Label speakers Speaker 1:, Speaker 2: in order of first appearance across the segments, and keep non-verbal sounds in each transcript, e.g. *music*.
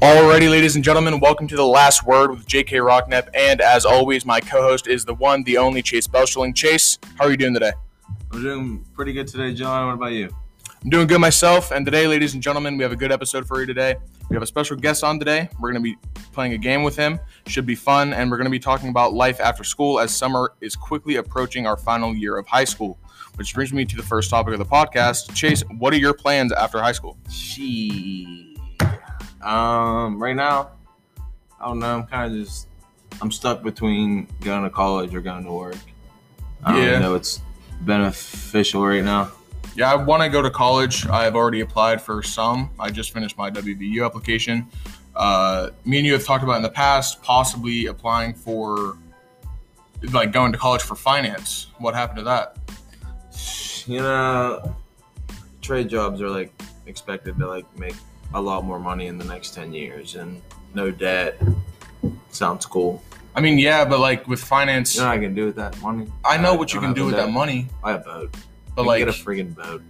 Speaker 1: Alrighty, ladies and gentlemen, welcome to the last word with J.K. Rocknep, and as always, my co-host is the one, the only Chase Belschling. Chase, how are you doing today?
Speaker 2: I'm doing pretty good today, John. What about you?
Speaker 1: I'm doing good myself, and today, ladies and gentlemen, we have a good episode for you today. We have a special guest on today. We're going to be playing a game with him. Should be fun, and we're going to be talking about life after school as summer is quickly approaching our final year of high school. Which brings me to the first topic of the podcast. Chase, what are your plans after high school?
Speaker 2: She. Um, right now, I don't know. I'm kind of just, I'm stuck between going to college or going to work. I don't
Speaker 1: Yeah.
Speaker 2: know. It's beneficial right now.
Speaker 1: Yeah, I want to go to college. I've already applied for some. I just finished my WVU application. Uh, me and you have talked about in the past possibly applying for like going to college for finance. What happened to that?
Speaker 2: You know, trade jobs are like expected to like make a lot more money in the next ten years, and no debt. Sounds cool.
Speaker 1: I mean, yeah, but like with finance,
Speaker 2: You know what I can do with that money?
Speaker 1: I know what you can
Speaker 2: don't have
Speaker 1: do
Speaker 2: a
Speaker 1: with
Speaker 2: debt.
Speaker 1: that money,
Speaker 2: Buy a boat.
Speaker 1: but
Speaker 2: I can
Speaker 1: like
Speaker 2: get a friggin' boat.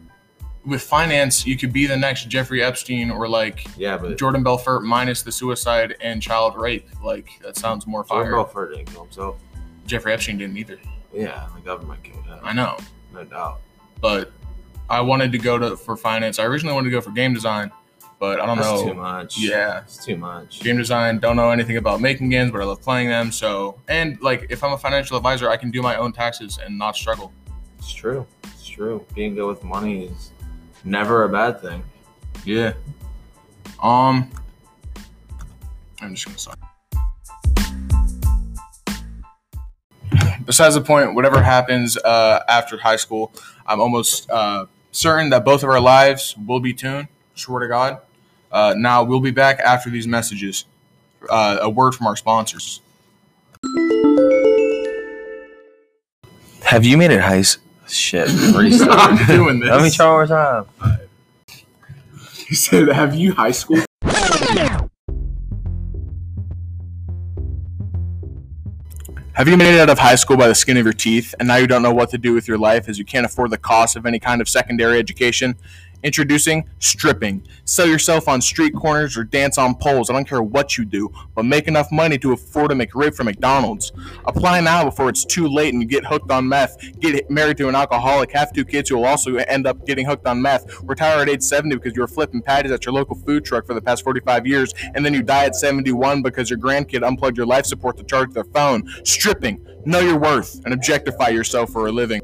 Speaker 1: with finance, you could be the next Jeffrey Epstein or like
Speaker 2: Yeah, but
Speaker 1: Jordan Belfort minus the suicide and child rape. Like that sounds more
Speaker 2: Jordan
Speaker 1: fire.
Speaker 2: Belfort didn't kill himself.
Speaker 1: Jeffrey Epstein didn't either.
Speaker 2: Yeah, the government killed him.
Speaker 1: I know.
Speaker 2: No doubt.
Speaker 1: but I wanted to go to for finance. I originally wanted to go for game design, but I don't
Speaker 2: That's
Speaker 1: know.
Speaker 2: too much.
Speaker 1: Yeah,
Speaker 2: It's too much.
Speaker 1: game design. Don't know anything about making games, but I love playing them. So, and like if I'm a financial advisor, I can do my own taxes and not struggle.
Speaker 2: It's true. It's true. Being good with money is never a bad thing.
Speaker 1: Yeah. Um, I'm just gonna stop. Besides the point, whatever happens uh, after high school, I'm almost uh, certain that both of our lives will be tuned. Swear to God. Uh, now we'll be back after these messages. Uh, a word from our sponsors.
Speaker 2: Have you made it high? Shit. Restart.
Speaker 1: *laughs* I'm doing this.
Speaker 2: Let me try one more time.
Speaker 1: You said, "Have you high school?" Have you made it out of high school by the skin of your teeth, and now you don't know what to do with your life as you can't afford the cost of any kind of secondary education? Introducing stripping. Sell yourself on street corners or dance on poles. I don't care what you do, but make enough money to afford a McRib from McDonald's. Apply now before it's too late and you get hooked on meth. Get married to an alcoholic, have two kids who will also end up getting hooked on meth. Retire at age 70 because you were flipping patties at your local food truck for the past 45 years, and then you die at 71 because your grandkid unplugged your life support to charge their phone. Stripping. Know your worth and objectify yourself for a living.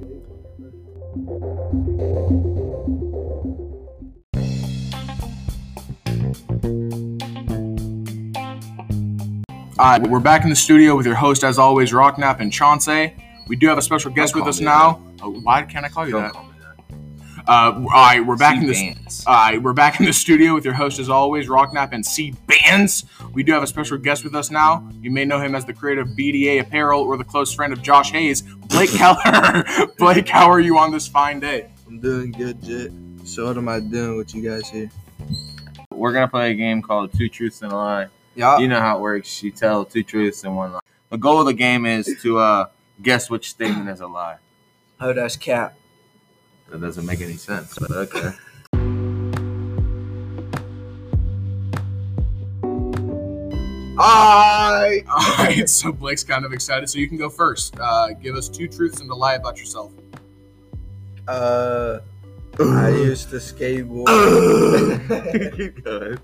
Speaker 1: All right, we're back in the studio with your host, as always, Rocknap and Chauncey. We do have a special guest
Speaker 2: Don't
Speaker 1: with
Speaker 2: call
Speaker 1: us
Speaker 2: me
Speaker 1: now. Oh, why can't I call you
Speaker 2: Don't
Speaker 1: that?
Speaker 2: call me that.
Speaker 1: Uh, all right, we're back in the
Speaker 2: See bands.
Speaker 1: all right, we're back in the studio with your host as always, Rocknap and C Bands. We do have a special guest with us now. You may know him as the creator of BDA Apparel or the close friend of Josh Hayes, Blake Keller. *laughs* Blake, how are you on this fine day?
Speaker 3: I'm doing good, Jit. So what am I doing with you guys here?
Speaker 2: We're gonna play a game called Two Truths and a Lie.
Speaker 3: Yeah.
Speaker 2: You know how it works. You tell two truths and one lie. The goal of the game is to uh, guess which statement is a lie.
Speaker 3: Oh, that's cap.
Speaker 2: That doesn't make any sense, but
Speaker 3: *laughs*
Speaker 2: okay. *laughs*
Speaker 3: *laughs* I.
Speaker 1: All right, so Blake's kind of excited, so you can go first. Uh, give us two truths and a lie about yourself.
Speaker 3: Uh, I used to skateboard.
Speaker 2: Keep going.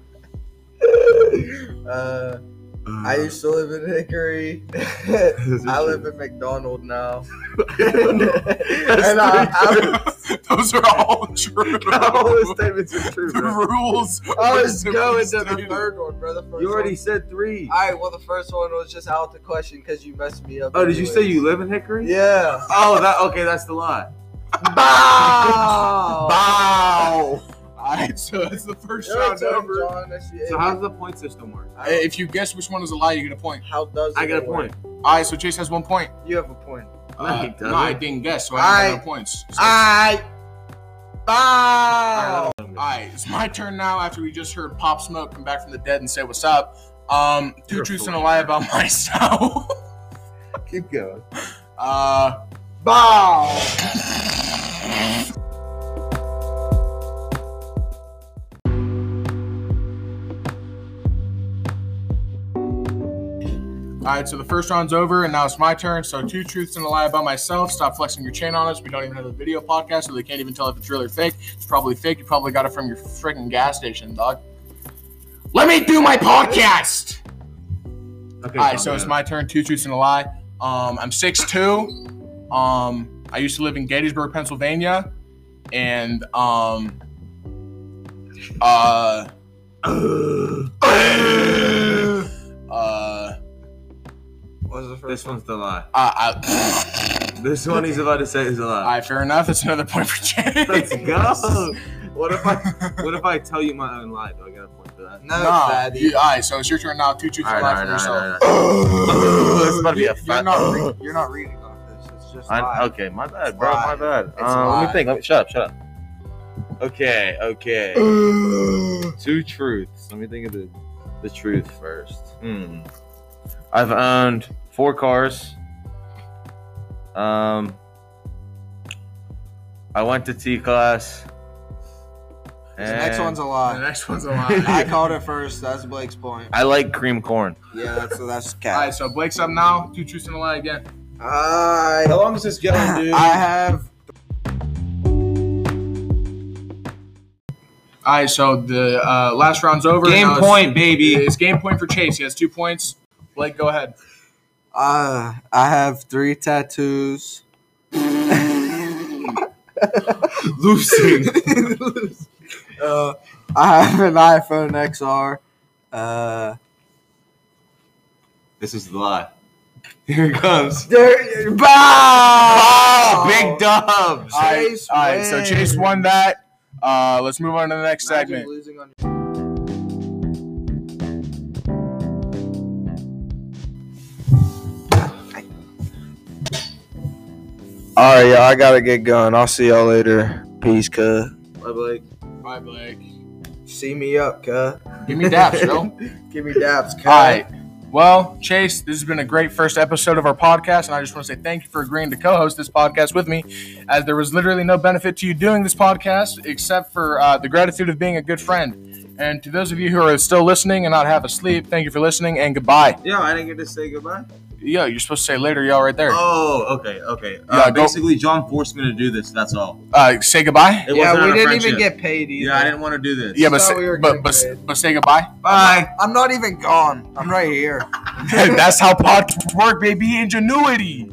Speaker 3: *laughs* uh, I used to live in Hickory. I
Speaker 2: *laughs*
Speaker 3: live in McDonald now. *laughs* and I,
Speaker 1: *laughs* Those are all true.
Speaker 3: *laughs* I, all the
Speaker 1: *laughs*
Speaker 3: statements are true.
Speaker 1: the
Speaker 3: Bro.
Speaker 1: rules.
Speaker 3: I
Speaker 2: Oh,
Speaker 1: were
Speaker 3: was going to the
Speaker 1: simply
Speaker 3: third one, bro. The
Speaker 2: *laughs*
Speaker 3: first
Speaker 2: You already said three.
Speaker 3: All right. Well, the first one was just out of the question because you messed me up.
Speaker 2: oh, did you say you
Speaker 3: anyways.
Speaker 2: live in Hickory?
Speaker 3: Yeah.
Speaker 2: Oh, that okay. That's the lie. Oh.
Speaker 3: Bow.
Speaker 1: Bow. All right, so that's the first
Speaker 3: You're
Speaker 1: round
Speaker 3: right,
Speaker 1: over.
Speaker 3: John. That's your
Speaker 2: So
Speaker 3: idiot.
Speaker 2: how does the point system work?
Speaker 1: Hey, If you guess which one is a lie, you get a point.
Speaker 3: How does
Speaker 2: I got a
Speaker 3: it work?
Speaker 2: point.
Speaker 1: All right, so Chase has one point.
Speaker 3: You have a point.
Speaker 2: No, he doesn't.
Speaker 1: Uh, no, I didn't guess, so I don't have
Speaker 3: Alright.
Speaker 1: no points. So-
Speaker 2: Ah,
Speaker 3: I bow.
Speaker 2: All
Speaker 1: All right, it's my turn now. After we just heard Pop Smoke come back from the dead and say what's up. Um, 2
Speaker 2: You're a
Speaker 1: truths
Speaker 2: fool.
Speaker 1: and a lie about *laughs* myself.
Speaker 3: Keep going.
Speaker 1: uh,
Speaker 3: Bow.
Speaker 1: All right, so the first round's over, and now it's my turn. So, two truths and a lie about myself. Stop flexing your chain on us. We don't even have a video podcast, so they can't even tell if it's real or fake. It's probably fake. You probably got it from your freaking gas station, dog. Let me do my podcast.
Speaker 2: Okay,
Speaker 1: All right, so it's my turn. Two truths and a lie. Um, I'm 6'2". Um, I used to live in Gettysburg, Pennsylvania, and um, uh, uh, I,
Speaker 3: What was
Speaker 2: *laughs*
Speaker 3: the
Speaker 2: This
Speaker 3: first
Speaker 2: one's the lie.
Speaker 1: I,
Speaker 2: This one he's about to say is a
Speaker 1: all
Speaker 2: lie.
Speaker 1: right, fair enough. That's another point for Jay.
Speaker 2: Let's go. What if I what if I tell you my own lie? Do I get a point for that?
Speaker 1: *laughs*
Speaker 3: No,
Speaker 1: Nah,
Speaker 3: fatty.
Speaker 1: you, all right, so it's your turn now. Two truths and a lie for yourself. *laughs*
Speaker 2: This is about to be a
Speaker 1: You're- You're
Speaker 2: fat-
Speaker 1: not
Speaker 2: *clears throat*
Speaker 1: re-
Speaker 3: You're not reading off this. It's just
Speaker 2: I-
Speaker 3: live.
Speaker 2: okay, my bad, bro.
Speaker 3: Lie.
Speaker 2: My bad.
Speaker 1: It's
Speaker 2: Um, let
Speaker 1: lie.
Speaker 2: me think. Let me shut up. Shut up. Okay. Okay. Two truths. Let me think of the the truth first. Hmm. I've owned four cars. Um. I went to T class.
Speaker 3: The next
Speaker 2: and
Speaker 3: one's a
Speaker 1: the *laughs*
Speaker 3: lie.
Speaker 1: next one's a lie.
Speaker 3: I called it first. That's Blake's point.
Speaker 2: I like cream corn.
Speaker 3: Yeah, that's that's
Speaker 1: All
Speaker 3: cat.
Speaker 1: right, so Blake's up now. Two truths and a lie again.
Speaker 3: I
Speaker 2: long is this *laughs* going,
Speaker 3: I have
Speaker 1: All right, so the uh, last round's over.
Speaker 2: Game
Speaker 1: Now it's-
Speaker 2: point, baby.
Speaker 1: It's game point for Chase. He has two points. Blake, go ahead.
Speaker 3: uh I have three tattoos. *laughs*
Speaker 2: Loosen.
Speaker 3: uh, I have an iPhone XR. Uh,
Speaker 2: This is the lie. Here it comes.
Speaker 3: *laughs* there, bow!
Speaker 2: Oh, big
Speaker 3: Oh.
Speaker 2: dubs.
Speaker 1: All right,
Speaker 3: Chase
Speaker 1: all right, so Chase won that. Uh, let's move on to the next
Speaker 3: Imagine
Speaker 1: segment.
Speaker 3: losing on- All right, y'all. I gotta get going. I'll see y'all later. Peace, cuz.
Speaker 2: Bye, Blake.
Speaker 1: Bye, Blake.
Speaker 3: See me up, cuz.
Speaker 1: Give me daps, *laughs* yo.
Speaker 3: Give me dabs, cuz.
Speaker 1: All right. Well, Chase, this has been a great first episode of our podcast, and I just want to say thank you for agreeing to co-host this podcast with me, as there was literally no benefit to you doing this podcast except for uh, the gratitude of being a good friend. And to those of you who are still listening and not half asleep, thank you for listening and goodbye.
Speaker 2: Yeah, I didn't get to say goodbye.
Speaker 1: Yo, you're supposed to say later, y'all, right there.
Speaker 2: Oh, okay, okay. Uh,
Speaker 1: Yeah, go-
Speaker 2: basically, John forced me to do this. That's all.
Speaker 1: Uh, say goodbye.
Speaker 2: It
Speaker 3: yeah,
Speaker 2: wasn't
Speaker 3: we
Speaker 2: out of
Speaker 3: didn't even
Speaker 2: friendship.
Speaker 3: get paid either.
Speaker 2: Yeah, I didn't want to do this.
Speaker 1: Yeah, but
Speaker 3: thought
Speaker 1: say,
Speaker 3: we were
Speaker 1: but
Speaker 3: getting
Speaker 1: but,
Speaker 3: paid.
Speaker 1: but say goodbye. *laughs*
Speaker 2: Bye.
Speaker 3: I'm not even gone. I'm right here.
Speaker 1: That's how podcasts work, baby. Ingenuity.